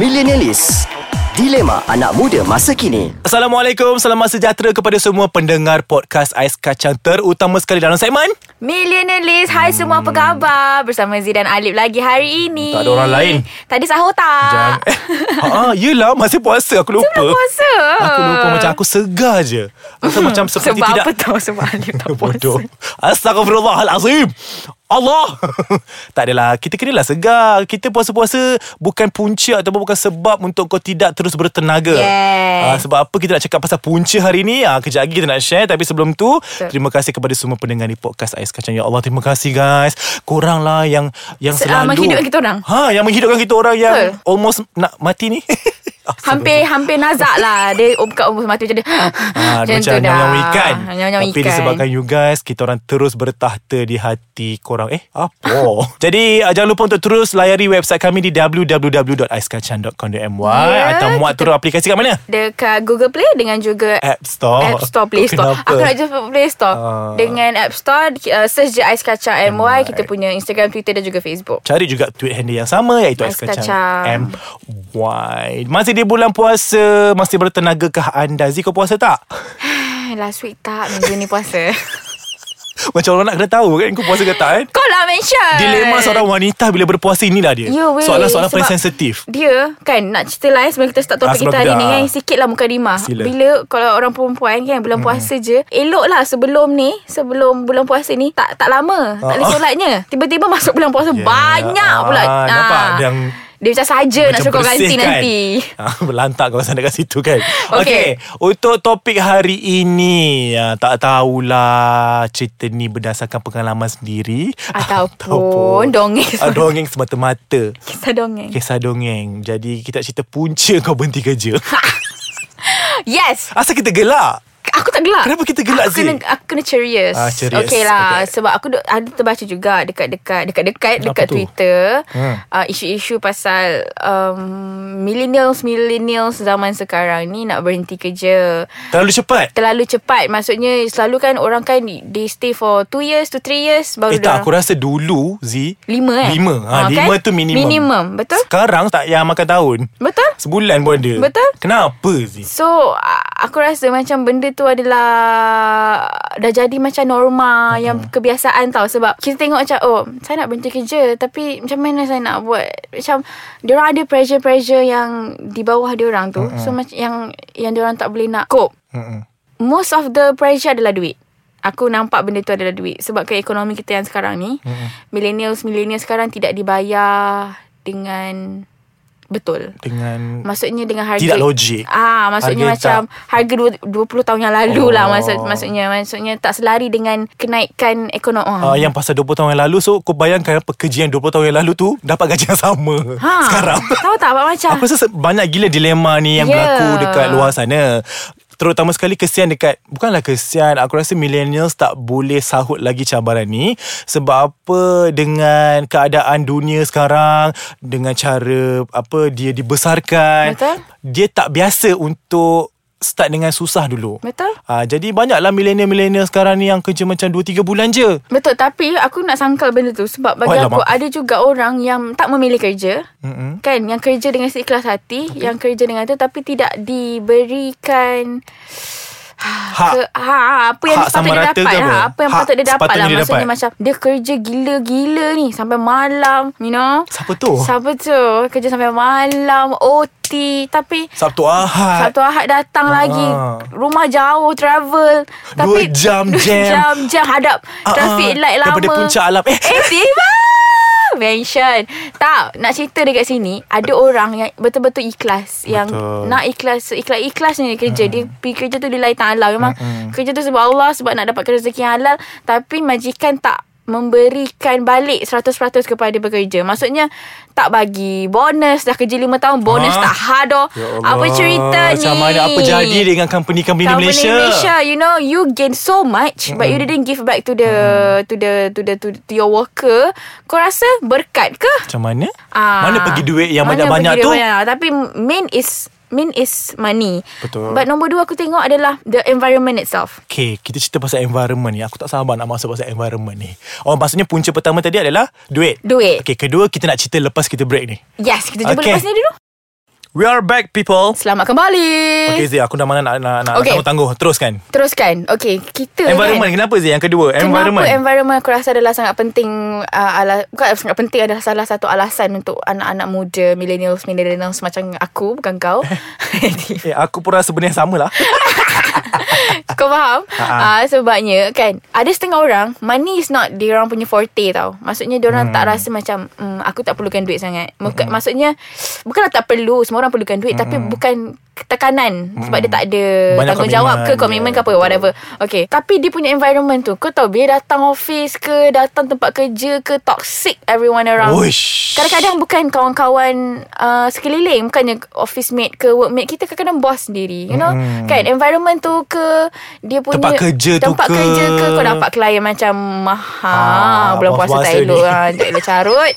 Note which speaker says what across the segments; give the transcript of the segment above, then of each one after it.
Speaker 1: Millenialis Dilema anak muda masa kini
Speaker 2: Assalamualaikum, selamat sejahtera kepada semua pendengar podcast Ais Kacang terutama sekali dalam segmen
Speaker 3: Millionaires Hai semua apa khabar Bersama Z dan Alif lagi hari ini
Speaker 2: Tak ada orang lain.
Speaker 3: Tadi sahur tak
Speaker 2: ah, Yelah, masih puasa aku lupa.
Speaker 3: Jangan puasa
Speaker 2: Aku lupa macam aku segar je. Aku macam seperti
Speaker 3: Sebab
Speaker 2: tidak
Speaker 3: apa tau Sebab Alif tak puasa
Speaker 2: Bodoh. Astagfirullahalazim. Allah. tak adalah, kita kenalah segar. Kita puasa-puasa bukan punca ataupun bukan sebab untuk kau tidak terus bertenaga.
Speaker 3: Yes.
Speaker 2: Ah, sebab apa kita nak cakap pasal punca hari ni? Ah, kejap lagi kita nak share. Tapi sebelum tu, terima kasih kepada semua pendengar di podcast Ais Kacang. Ya Allah, terima kasih guys. Korang lah yang yang
Speaker 3: Se- ah,
Speaker 2: selalu.
Speaker 3: menghidupkan kita orang.
Speaker 2: Ha, yang menghidupkan kita orang yang
Speaker 3: Betul.
Speaker 2: almost nak mati ni.
Speaker 3: Hampir hampir nazak lah Dia buka umur mata macam dia
Speaker 2: Ah,
Speaker 3: Macam
Speaker 2: macam
Speaker 3: tu dah
Speaker 2: nyawang ikan
Speaker 3: Nyawang
Speaker 2: Tapi
Speaker 3: ikan
Speaker 2: disebabkan you guys Kita orang terus bertahta di hati korang Eh apa Jadi ah, jangan lupa untuk terus layari website kami Di www.aiskacang.com.my
Speaker 3: Ya,
Speaker 2: Atau muat turun aplikasi kat mana?
Speaker 3: Dekat Google Play Dengan juga
Speaker 2: App Store
Speaker 3: App Store Play
Speaker 2: Kau
Speaker 3: Store
Speaker 2: Kenapa?
Speaker 3: Aku nak jumpa Play Store
Speaker 2: Ah.
Speaker 3: Dengan App Store uh, Search je Ais Kacang MY Kita punya Instagram, Twitter dan juga Facebook
Speaker 2: Cari juga tweet handle yang sama Iaitu Ais
Speaker 3: Ais
Speaker 2: Kacang,
Speaker 3: Kacang.
Speaker 2: MY Masih di bulan puasa Masih bertenagakah anda Ziko puasa tak?
Speaker 3: Eh, Last week tak Minggu ni puasa
Speaker 2: Macam orang nak kena tahu kan Kau puasa ke tak kan?
Speaker 3: Kau lah mention
Speaker 2: Dilema seorang wanita bila berpuasa inilah dia.
Speaker 3: Ya, weh.
Speaker 2: Soalan-soalan paling
Speaker 3: Sebab
Speaker 2: sensitif.
Speaker 3: Dia kan nak cerita lain sebelum kita start
Speaker 2: Ah,
Speaker 3: topik
Speaker 2: sebelum
Speaker 3: kita hari
Speaker 2: kita-
Speaker 3: ni
Speaker 2: ah.
Speaker 3: kan sikit lah mukadimah.
Speaker 2: Sila. Hmm.
Speaker 3: Bila kalau orang perempuan kan bulan puasa je, elok lah sebelum ni, sebelum bulan puasa ni tak tak
Speaker 2: Ah,
Speaker 3: lama, tak boleh
Speaker 2: ah.
Speaker 3: solatnya. Tiba-tiba masuk bulan puasa
Speaker 2: Ya,
Speaker 3: banyak
Speaker 2: ah,
Speaker 3: pula.
Speaker 2: nampak? Yang
Speaker 3: dia macam saja nak
Speaker 2: Macam
Speaker 3: syukur
Speaker 2: bersih
Speaker 3: ganti
Speaker 2: kan?
Speaker 3: nanti.
Speaker 2: Ah, Berlantak kau sana kat situ kan
Speaker 3: Okey.
Speaker 2: okay. Untuk topik hari ini ah, Tak tahulah Cerita ni berdasarkan pengalaman sendiri
Speaker 3: Ataupun dongeng
Speaker 2: Ah, Dongeng semata-mata
Speaker 3: Kisah dongeng.
Speaker 2: Kisah dongeng Jadi kita nak cerita punca kau berhenti kerja
Speaker 3: Yes.
Speaker 2: Asal kita gelak
Speaker 3: Aku tak gelak
Speaker 2: Kenapa kita gelak,
Speaker 3: aku kena,
Speaker 2: Zee?
Speaker 3: aku kena curious
Speaker 2: Ah, curious.
Speaker 3: Okay
Speaker 2: Okay.
Speaker 3: lah okay. Sebab aku duk, ada terbaca juga Dekat-dekat Dekat-dekat
Speaker 2: Apa
Speaker 3: Dekat
Speaker 2: tu?
Speaker 3: Twitter
Speaker 2: Hmm.
Speaker 3: hmm. uh, Isu-isu pasal um, Millennials Millennials zaman sekarang ni Nak berhenti kerja
Speaker 2: Terlalu cepat
Speaker 3: Terlalu cepat Maksudnya Selalu kan orang kan They stay for 2 years to 3 years
Speaker 2: Eh
Speaker 3: Baru
Speaker 2: tak
Speaker 3: dorang-
Speaker 2: aku rasa dulu Z
Speaker 3: Lima eh
Speaker 2: Lima ha,
Speaker 3: Ah,
Speaker 2: Lima tu minimum
Speaker 3: Minimum Betul
Speaker 2: Sekarang tak yang makan tahun
Speaker 3: Betul
Speaker 2: Sebulan pun ada
Speaker 3: Betul.
Speaker 2: Kenapa Z
Speaker 3: So a- aku rasa macam benda tu adalah dah jadi macam norma yang kebiasaan tau sebab kita tengok macam oh saya nak berhenti kerja tapi macam mana saya nak buat macam diorang ada pressure-pressure yang di bawah diorang tu so macam yang yang diorang tak boleh nak cope
Speaker 2: Mm-mm.
Speaker 3: most of the pressure adalah duit. Aku nampak benda tu adalah duit sebab ke ekonomi kita yang sekarang ni millennials millennials sekarang tidak dibayar dengan betul.
Speaker 2: Dengan
Speaker 3: Maksudnya dengan harga
Speaker 2: Tidak logik.
Speaker 3: Ah, maksudnya
Speaker 2: Harga
Speaker 3: macam harga dua- 20 tahun yang lalu
Speaker 2: Oh.
Speaker 3: oh. lah maksud maksudnya maksudnya tak selari dengan kenaikan ah. ekonomi.
Speaker 2: Uh, yang pasal 20 tahun yang lalu So kau bayangkan Pekerja yang 20 tahun yang lalu tu Dapat gaji yang sama
Speaker 3: Ha.
Speaker 2: Sekarang
Speaker 3: Tahu tak Abang macam
Speaker 2: Aku rasa se- banyak gila dilema ni Yang
Speaker 3: Ya.
Speaker 2: berlaku dekat luar sana Terutama sekali kesian dekat Bukanlah kesian Aku rasa millennials tak boleh sahut lagi cabaran ni Sebab apa dengan keadaan dunia sekarang Dengan cara apa dia dibesarkan
Speaker 3: Betul.
Speaker 2: Dia tak biasa untuk start dengan susah dulu
Speaker 3: Betul.
Speaker 2: Ah, jadi banyaklah millennial-millennial sekarang ni yang kerja macam 2-3 bulan je.
Speaker 3: Betul tapi aku nak sangkal benda tu sebab bagi
Speaker 2: Oh, Alamak.
Speaker 3: aku ada juga orang yang tak memilih kerja. Mm-hmm. Kan yang kerja dengan seikhlas hati, okay. yang kerja dengan tu tapi tidak diberikan
Speaker 2: Hak.
Speaker 3: Ah, ke, ha, apa yang
Speaker 2: Hak
Speaker 3: patut
Speaker 2: sama
Speaker 3: dia
Speaker 2: rata ke apa?
Speaker 3: dapat ha, apa yang
Speaker 2: Hak
Speaker 3: patut dia dapat
Speaker 2: sepatutnya
Speaker 3: lah
Speaker 2: dia
Speaker 3: maksudnya
Speaker 2: dapat.
Speaker 3: macam dia kerja gila-gila ni sampai malam you know
Speaker 2: Siapa tu?
Speaker 3: siapa tu kerja sampai malam OT tapi
Speaker 2: Sabtu Ahad.
Speaker 3: Sabtu Ahad datang
Speaker 2: Ah.
Speaker 3: lagi Rumah jauh Travel Tapi
Speaker 2: jam
Speaker 3: dua
Speaker 2: jam.
Speaker 3: jam jam Hadap
Speaker 2: Ah,
Speaker 3: Traffic
Speaker 2: ah,
Speaker 3: light lama
Speaker 2: daripada puncak alam. Eh.
Speaker 3: Eh tiba Mention Tak Nak cerita dekat sini Ada orang yang Betul-betul ikhlas Betul. Yang
Speaker 2: Betul. Mm-hmm.
Speaker 3: nak ikhlas Ikhlas-ikhlas ni dia kerja Dia pergi kerja tu Dia lain tak halal Memang kerja tu sebab Allah Sebab nak dapatkan rezeki yang halal Tapi majikan tak memberikan balik 100% kepada pekerja. Maksudnya tak bagi bonus dah kerja 5 tahun bonus
Speaker 2: Ah.
Speaker 3: tak hadoh.
Speaker 2: Ya Allah,
Speaker 3: Eh, Apa cerita ni?
Speaker 2: Macam mana apa jadi dengan company-company di
Speaker 3: Company
Speaker 2: Malaysia?
Speaker 3: Malaysia, you know, you gain so much mm-hmm. but you didn't give back to the mm. to the to the to, to your worker. Kau rasa berkat ke?
Speaker 2: Macam mana?
Speaker 3: Ah.
Speaker 2: Mana pergi duit yang
Speaker 3: Mana
Speaker 2: banyak-banyak
Speaker 3: pergi
Speaker 2: tu?
Speaker 3: duit banyak? Tapi main is mean is money.
Speaker 2: Betul.
Speaker 3: But nombor dua aku tengok adalah the environment itself.
Speaker 2: Okay, kita cerita pasal environment ni. Aku tak sabar nak masuk pasal environment ni. Oh, maksudnya punca pertama tadi adalah duit.
Speaker 3: Duit.
Speaker 2: Okay, kedua kita nak cerita lepas kita break ni.
Speaker 3: Yes, kita jumpa
Speaker 2: Okay.
Speaker 3: lepas ni dulu.
Speaker 2: We are back, people.
Speaker 3: Selamat kembali.
Speaker 2: Okay, Zia, aku dah mana nak, nak, nak
Speaker 3: Okay.
Speaker 2: tangguh-tangguh. Teruskan.
Speaker 3: Teruskan. Okay, kita
Speaker 2: Environment, kenapa
Speaker 3: kan.
Speaker 2: Zia? Yang kedua, environment.
Speaker 3: Kenapa environment aku rasa adalah sangat penting uh, ala, Bukan sangat penting adalah salah satu alasan Untuk anak-anak muda Millennials Millennials macam aku Bukan kau
Speaker 2: eh, aku pun rasa benda yang sama lah.
Speaker 3: Kau faham?
Speaker 2: Ha-ha.
Speaker 3: Uh, sebabnya kan Ada setengah orang Money is not Diorang punya forte tau Maksudnya diorang
Speaker 2: Hmm.
Speaker 3: tak rasa macam mm, Aku tak perlukan duit sangat Bukan, Maksudnya Bukanlah tak perlu Semua orang perlukan duit Tapi bukan tekanan Sebab dia tak ada
Speaker 2: Hmm. Banyak
Speaker 3: Tanggungjawab ke
Speaker 2: komitmen.
Speaker 3: Komitmen ke apa
Speaker 2: Betul.
Speaker 3: Whatever Okay Tapi dia punya environment tu Kau tahu Bila datang office ke Datang tempat kerja ke Toxic everyone around
Speaker 2: Uish.
Speaker 3: Kadang-kadang bukan kawan-kawan uh, sekeliling Bukannya office mate ke workmate Kita kadang-kadang bos sendiri You know
Speaker 2: Mm-mm.
Speaker 3: Kan environment tu ke Dia punya
Speaker 2: Hmm. Tempat kerja tu
Speaker 3: tempat
Speaker 2: ke?
Speaker 3: kerja ke Kau dapat klien macam Maha
Speaker 2: Ah,
Speaker 3: Bulan puasa
Speaker 2: puasa
Speaker 3: tak
Speaker 2: ni.
Speaker 3: elok ha, Tak elok carut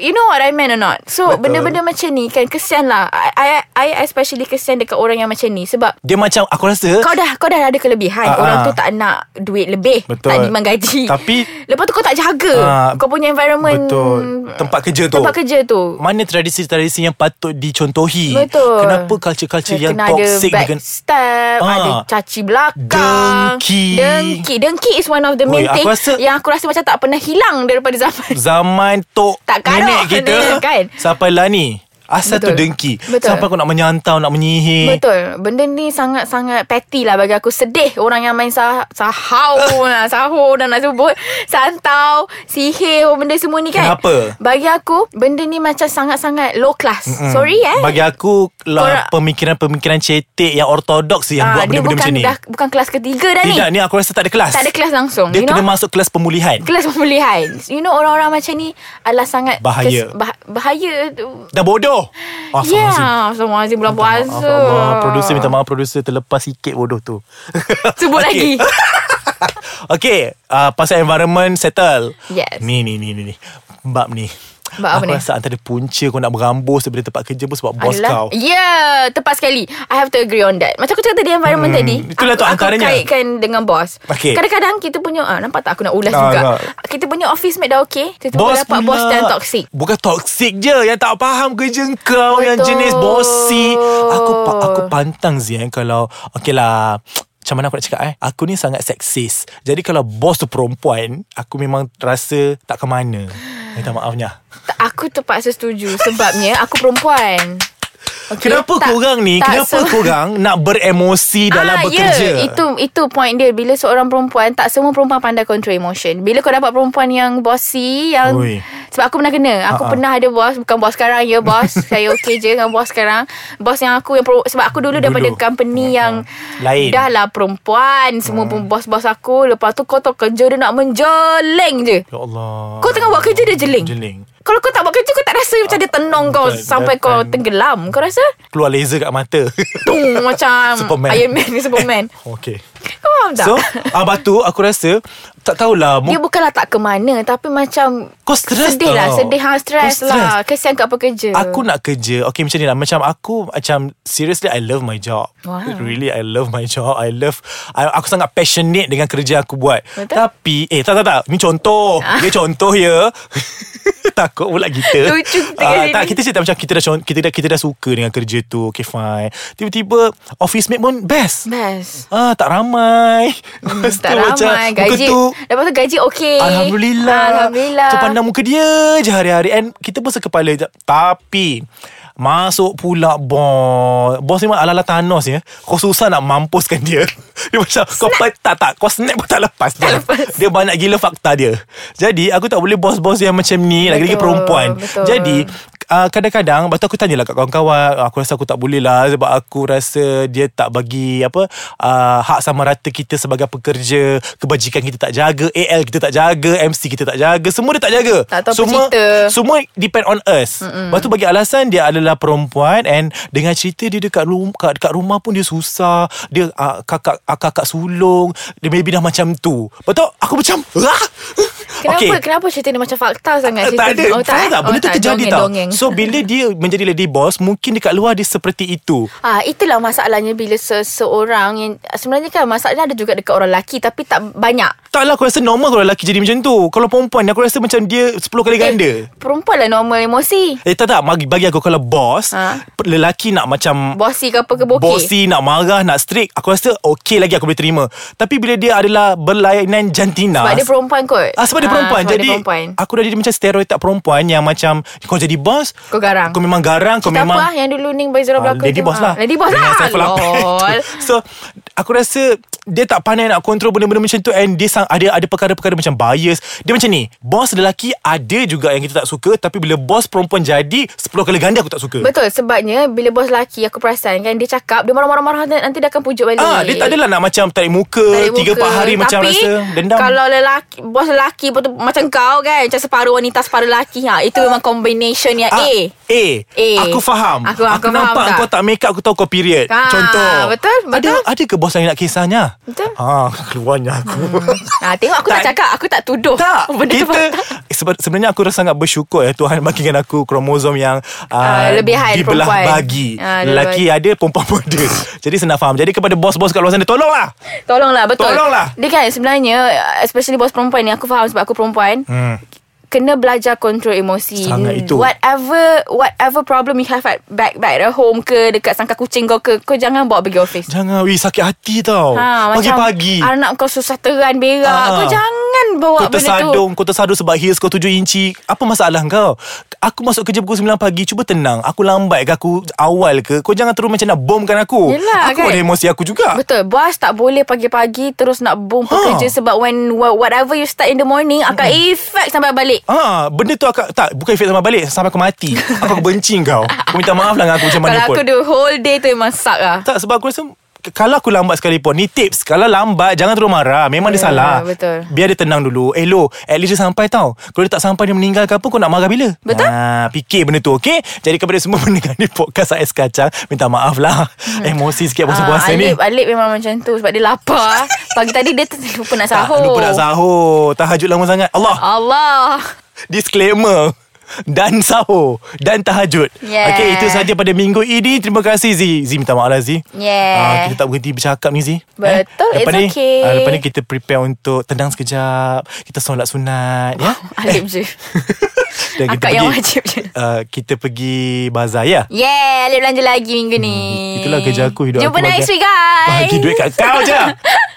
Speaker 3: You know what I mean or not So
Speaker 2: Betul.
Speaker 3: benda-benda macam ni kan Kesian lah I, I, I especially kesian dekat orang yang macam ni Sebab
Speaker 2: Dia macam, aku rasa...
Speaker 3: kau dah kau dah ada kelebihan
Speaker 2: Ah,
Speaker 3: Orang
Speaker 2: ah.
Speaker 3: tu tak nak duit lebih
Speaker 2: Betul.
Speaker 3: Tak demand gaji
Speaker 2: Tapi-
Speaker 3: Lepas tu kau tak jaga
Speaker 2: Ah,
Speaker 3: Kau punya environment eh,
Speaker 2: Betul. Tempat kerja tu.
Speaker 3: Tempat kerja tu
Speaker 2: Mana tradisi-tradisi yang patut dicontohi
Speaker 3: Betul Eh,
Speaker 2: Kenapa culture-culture yang
Speaker 3: Kena
Speaker 2: toxic
Speaker 3: ada
Speaker 2: dengan-
Speaker 3: backstab
Speaker 2: Ah.
Speaker 3: Ada caci belakang
Speaker 2: Dengki.
Speaker 3: Dengki Dengki is one of the
Speaker 2: Oi,
Speaker 3: main
Speaker 2: aku
Speaker 3: thing
Speaker 2: rasa-
Speaker 3: Yang aku rasa macam tak pernah hilang Daripada zaman
Speaker 2: Zaman tok
Speaker 3: Tak karuh,
Speaker 2: nenek kita
Speaker 3: kan?
Speaker 2: Sampai lah ni Asal
Speaker 3: Betul.
Speaker 2: tu dengki
Speaker 3: Betul.
Speaker 2: Sampai kau nak menyantau Nak menyihir
Speaker 3: Betul Benda ni sangat-sangat petty lah bagi aku Sedih orang yang main sah- sahau lah, Sahur dan nak sebut Santau Sihir Benda semua ni kan
Speaker 2: Kenapa?
Speaker 3: Bagi aku Benda ni macam sangat-sangat low class mm. Sorry eh
Speaker 2: Bagi aku lah,
Speaker 3: Korang-
Speaker 2: Pemikiran-pemikiran cetek Yang ortodoks Yang
Speaker 3: Ah,
Speaker 2: buat
Speaker 3: Dia
Speaker 2: benda-benda
Speaker 3: bukan,
Speaker 2: macam ni
Speaker 3: dah, bukan kelas ketiga dah ni
Speaker 2: Tidak ni aku rasa tak ada kelas
Speaker 3: Tak ada kelas langsung
Speaker 2: Dia
Speaker 3: you
Speaker 2: kena
Speaker 3: know?
Speaker 2: masuk kelas pemulihan
Speaker 3: Kelas pemulihan You know orang-orang macam ni Adalah sangat
Speaker 2: Bahaya.
Speaker 3: bah, Bahaya tu
Speaker 2: Dah bodoh Ah,
Speaker 3: Ya
Speaker 2: Azim.
Speaker 3: yeah, Semua Azim bulan puasa
Speaker 2: Maaf Allah Producer minta maaf Producer terlepas sikit bodoh tu
Speaker 3: Sebut lagi.
Speaker 2: Okay uh, Pasal environment settle
Speaker 3: Yes.
Speaker 2: Ni ni ni ni ni. Bab ni
Speaker 3: Bab
Speaker 2: Aku
Speaker 3: apa ni?
Speaker 2: rasa antara punca kau nak berambus Daripada tempat kerja pun sebab bos
Speaker 3: Adalah-
Speaker 2: kau
Speaker 3: Yeah Tepat sekali I have to agree on that Macam aku cakap tadi Environment
Speaker 2: Hmm,
Speaker 3: tadi
Speaker 2: itulah
Speaker 3: aku,
Speaker 2: tu antaranya.
Speaker 3: Aku kaitkan dengan bos
Speaker 2: Okey.
Speaker 3: Kadang-kadang kita punya ah, Nampak tak aku nak ulas
Speaker 2: Ah,
Speaker 3: juga
Speaker 2: nampak.
Speaker 3: Kita punya office mate dah okay Tiba-tiba kau dapat
Speaker 2: pula.
Speaker 3: bos yang toxic
Speaker 2: Bukan toxic je Yang tak faham kerja kau Yang
Speaker 3: Betul.
Speaker 2: jenis bossy Aku pa- aku pantang Zian Kalau Okay lah macam mana aku nak cakap eh Aku ni sangat seksis Jadi kalau bos tu perempuan Aku memang rasa Tak ke mana Minta maafnya
Speaker 3: Ta- Aku terpaksa setuju Sebabnya aku perempuan okay?
Speaker 2: Kenapa
Speaker 3: Tak-
Speaker 2: korang ni
Speaker 3: tak
Speaker 2: Kenapa
Speaker 3: se-
Speaker 2: korang Nak beremosi Dalam bekerja
Speaker 3: yeah. Ah, ya. Itu itu point dia Bila seorang perempuan Tak semua perempuan pandai control emotion Bila kau dapat perempuan yang bossy Yang
Speaker 2: Ui.
Speaker 3: Sebab aku pernah kena Aku
Speaker 2: Ha-ha.
Speaker 3: pernah ada bos Bukan bos sekarang Ya bos Saya okey je dengan bos sekarang Bos yang aku yang pro- Sebab aku dulu,
Speaker 2: Dulu.
Speaker 3: daripada company yang
Speaker 2: Lain.
Speaker 3: Dah lah perempuan Semua pun bos-bos aku Lepas tu kau tahu kerja dia nak menjeleng je
Speaker 2: Ya Allah
Speaker 3: Kau tengah buat kerja dia jeling
Speaker 2: Jeling
Speaker 3: Kalau kau tak buat kerja Kau tak rasa macam dia tenung kau
Speaker 2: Betul.
Speaker 3: Sampai
Speaker 2: That
Speaker 3: kau
Speaker 2: time-
Speaker 3: tenggelam Kau rasa
Speaker 2: Keluar laser kat mata
Speaker 3: Tung, Macam
Speaker 2: Superman.
Speaker 3: Iron Man Superman
Speaker 2: Okay
Speaker 3: Kau faham tak?
Speaker 2: So Abah tu aku rasa Tak tahulah
Speaker 3: Dia bukanlah tak ke mana Tapi macam
Speaker 2: Kau stress
Speaker 3: Sedih lah
Speaker 2: tau.
Speaker 3: Sedih ha, stress,
Speaker 2: Kau
Speaker 3: stress lah Kesian kat pekerja
Speaker 2: Aku nak kerja Okay macam ni lah Macam aku Macam seriously I love my job
Speaker 3: Wow.
Speaker 2: Really I love my job I love I, Aku sangat passionate Dengan kerja aku buat
Speaker 3: Betul. Ah.
Speaker 2: Tapi Eh tak tak tak Ni contoh Dia contoh ya Takut pula kita
Speaker 3: Lucu kita
Speaker 2: Ah,
Speaker 3: kat
Speaker 2: Tak
Speaker 3: sini.
Speaker 2: kita cerita macam kita dah, con- kita dah Kita dah suka dengan kerja tu Okay fine Tiba-tiba Office mate pun best
Speaker 3: Best
Speaker 2: Ah tak ramai Lepas
Speaker 3: Hmm, Tak
Speaker 2: tu macam
Speaker 3: ramai
Speaker 2: muka
Speaker 3: Gaji
Speaker 2: tu
Speaker 3: Lepas tu gaji okey
Speaker 2: Alhamdulillah
Speaker 3: Alhamdulillah
Speaker 2: Kau pandang muka dia je hari-hari And kita pun sekepala je Tapi Masuk pula bos Bos memang ala-ala Thanos ya Kau susah nak mampuskan dia Dia macam Kau pe- tak tak Kau snap pun tak lepas dia.
Speaker 3: lepas.
Speaker 2: dia banyak gila fakta dia Jadi aku tak boleh bos-bos yang macam ni Lagi-lagi
Speaker 3: Betul,
Speaker 2: perempuan
Speaker 3: betul.
Speaker 2: Jadi Uh, kadang-kadang Lepas tu aku tanyalah kat kawan-kawan "Ah, Aku rasa aku tak boleh lah Sebab aku rasa Dia tak bagi Apa uh, Hak sama rata kita Sebagai pekerja Kebajikan kita tak jaga AL kita tak jaga MC kita tak jaga Semua dia tak jaga
Speaker 3: Tak tahu apa
Speaker 2: semua,
Speaker 3: cerita.
Speaker 2: Semua depend on us Mm-mm. Lepas tu bagi alasan Dia adalah perempuan And dengan cerita dia Dekat, rum, kat, kat rumah pun dia susah Dia uh, kakak uh, kakak sulung Dia maybe dah macam tu Lepas tu aku macam ah!
Speaker 3: Kenapa Kenapa cerita ni macam fakta
Speaker 2: tak
Speaker 3: sangat cerita
Speaker 2: ada
Speaker 3: ni?
Speaker 2: Saya tak Benda tu
Speaker 3: tak,
Speaker 2: terjadi
Speaker 3: dongeng,
Speaker 2: tau
Speaker 3: dongeng.
Speaker 2: So bila dia menjadi lady boss, mungkin dekat luar dia seperti itu.
Speaker 3: Ah itulah masalahnya bila seseorang yang sebenarnya kan masalahnya ada juga dekat orang lelaki tapi tak banyak.
Speaker 2: Taklah lah, aku rasa normal kalau lelaki jadi macam tu. Kalau perempuan aku rasa macam dia 10 kali ganda.
Speaker 3: Eh, perempuan lah normal emosi.
Speaker 2: Eh tak tak bagi, bagi aku kalau bos ha?
Speaker 3: Ha?
Speaker 2: Lelaki nak macam
Speaker 3: Bossy ke apa ke bokeh.
Speaker 2: Bossy nak marah Nak strict Aku rasa okey lagi aku boleh terima Tapi bila dia adalah Berlainan jantina
Speaker 3: Sebab dia perempuan kot.
Speaker 2: Ah, sebab dia
Speaker 3: Ah,
Speaker 2: perempuan
Speaker 3: sebab dia
Speaker 2: Jadi
Speaker 3: perempuan.
Speaker 2: Aku dah jadi macam stereotip perempuan Yang macam Kau jadi bos
Speaker 3: Kau garang.
Speaker 2: Kau memang garang Kau
Speaker 3: Tak
Speaker 2: memang
Speaker 3: apa lah yang dulu Ning
Speaker 2: Ah,
Speaker 3: Baizura berlakon
Speaker 2: Lady
Speaker 3: tu.
Speaker 2: boss
Speaker 3: Ah,
Speaker 2: lah
Speaker 3: Lady boss
Speaker 2: Dengan
Speaker 3: lah
Speaker 2: Saiful Apeh tu.
Speaker 3: Lol.
Speaker 2: So Aku rasa Dia tak pandai nak kontrol Benda-benda macam tu And dia sang, ada ada perkara-perkara Macam bias Dia macam ni Bos lelaki Ada juga yang kita tak suka Tapi bila bos perempuan jadi 10 kali ganda aku tak suka
Speaker 3: Betul sebabnya Bila bos lelaki Aku perasan kan Dia cakap Dia marah-marah-marah Nanti dia akan pujuk balik
Speaker 2: Ah, dia tak adalah nak macam tarik muka,
Speaker 3: Tarik
Speaker 2: tiga
Speaker 3: muka.
Speaker 2: empat hari macam
Speaker 3: Tapi,
Speaker 2: rasa dendam.
Speaker 3: Kalau lelaki Bos lelaki pun tu, Macam kau kan Macam separuh wanita Separuh lelaki ha, Itu memang combination yang
Speaker 2: Ah,
Speaker 3: A
Speaker 2: A.
Speaker 3: A.
Speaker 2: Aku faham.
Speaker 3: Aku- aku faham
Speaker 2: nampak
Speaker 3: tak?
Speaker 2: kau tak make up, aku tahu kau period.
Speaker 3: Ah,
Speaker 2: Contoh.
Speaker 3: betul, betul.
Speaker 2: Ada ada ke bos lain nak kisahnya?
Speaker 3: Betul.
Speaker 2: Ah, keluarnya aku.
Speaker 3: ha, Tengok aku tak,
Speaker 2: Tak-
Speaker 3: cakap Aku tak tuduh
Speaker 2: Tak
Speaker 3: Benda tu
Speaker 2: kita, sebe- Sebenarnya aku rasa sangat bersyukur eh, Tuhan bagikan aku kromosom yang
Speaker 3: Ah, lebihan
Speaker 2: Dibelah
Speaker 3: perempuan.
Speaker 2: bagi
Speaker 3: Ah,
Speaker 2: Lelaki ada Perempuan pun ada Jadi senang faham Jadi kepada bos-bos kat luar sana Tolonglah
Speaker 3: Tolonglah betul
Speaker 2: Tolonglah.
Speaker 3: Dia kan sebenarnya Especially bos perempuan ni Aku faham sebab aku perempuan
Speaker 2: hmm.
Speaker 3: kena belajar kontrol emosi.
Speaker 2: Sangat itu.
Speaker 3: Whatever whatever problem you have at back back at home ke dekat sangka kucing kau ke kau jangan bawa pergi office.
Speaker 2: Jangan Wih sakit hati tau
Speaker 3: Ha, macam
Speaker 2: Pagi-pagi
Speaker 3: Anak kau susah teran berak
Speaker 2: Ah.
Speaker 3: Kau jangan
Speaker 2: Kau
Speaker 3: bawa benda tu
Speaker 2: tersadung Kau tersadung sebab heels kau 7 inci Apa masalah kau Aku masuk kerja pukul 9 pagi Cuba tenang Aku lambat ke Aku awal ke Kau jangan terus macam nak bomkan aku
Speaker 3: Yelah,
Speaker 2: Aku
Speaker 3: kan?
Speaker 2: ada emosi aku juga
Speaker 3: Betul Bos tak boleh pagi-pagi Terus nak boom
Speaker 2: Ha.
Speaker 3: ha. kerja Sebab when wha- Whatever you start in the morning Akan
Speaker 2: Hmm.
Speaker 3: effect sampai balik
Speaker 2: Ah, benda tu aku, tak bukan efek sama balik sampai aku mati. Aku aku benci kau. Aku minta maaf lah dengan aku macam mana
Speaker 3: Kalau
Speaker 2: pun.
Speaker 3: aku the whole day tu Memang suck lah
Speaker 2: Tak sebab aku rasa k- kalau aku lambat sekalipun Ni tips Kalau lambat Jangan terus marah Memang
Speaker 3: Ya,
Speaker 2: dia salah
Speaker 3: betul.
Speaker 2: Biar dia tenang dulu Eh lo At least dia sampai tau Kalau dia tak sampai Dia meninggal ke apa Kau nak marah bila
Speaker 3: Betul.
Speaker 2: ha, Fikir benda tu okay Jadi kepada semua pendengar ni Podcast AIS Kacang Minta maaf lah Emosi sikit Puasa-puasa
Speaker 3: Hmm. Ah,
Speaker 2: ni
Speaker 3: Alip, Alip memang macam tu Sebab dia lapar Pagi tadi dia ter- lupa nak
Speaker 2: Tak,
Speaker 3: sahur
Speaker 2: lupa nak sahur Tahajud lama sangat Allah
Speaker 3: Allah
Speaker 2: Disclaimer dan sahur Dan tahajud
Speaker 3: Yes.
Speaker 2: Okay itu saja pada minggu ini Terima kasih Zee Zee minta maaf lah Zee
Speaker 3: Yeah.
Speaker 2: Ah, Kita tak berhenti bercakap ni Zee
Speaker 3: Betul, it's
Speaker 2: lepas ni,
Speaker 3: okay.
Speaker 2: ah, Lepas ni kita prepare untuk Tenang sekejap Kita solat sunat ya?
Speaker 3: Alip je
Speaker 2: Dan
Speaker 3: Akak yang wajib je
Speaker 2: uh, Kita pergi bazar ya
Speaker 3: Yeah Alip belanja lagi minggu ni
Speaker 2: Itulah kerja aku hidup
Speaker 3: Jumpa
Speaker 2: aku
Speaker 3: next
Speaker 2: bagi-
Speaker 3: week guys
Speaker 2: Bagi duit kat kau je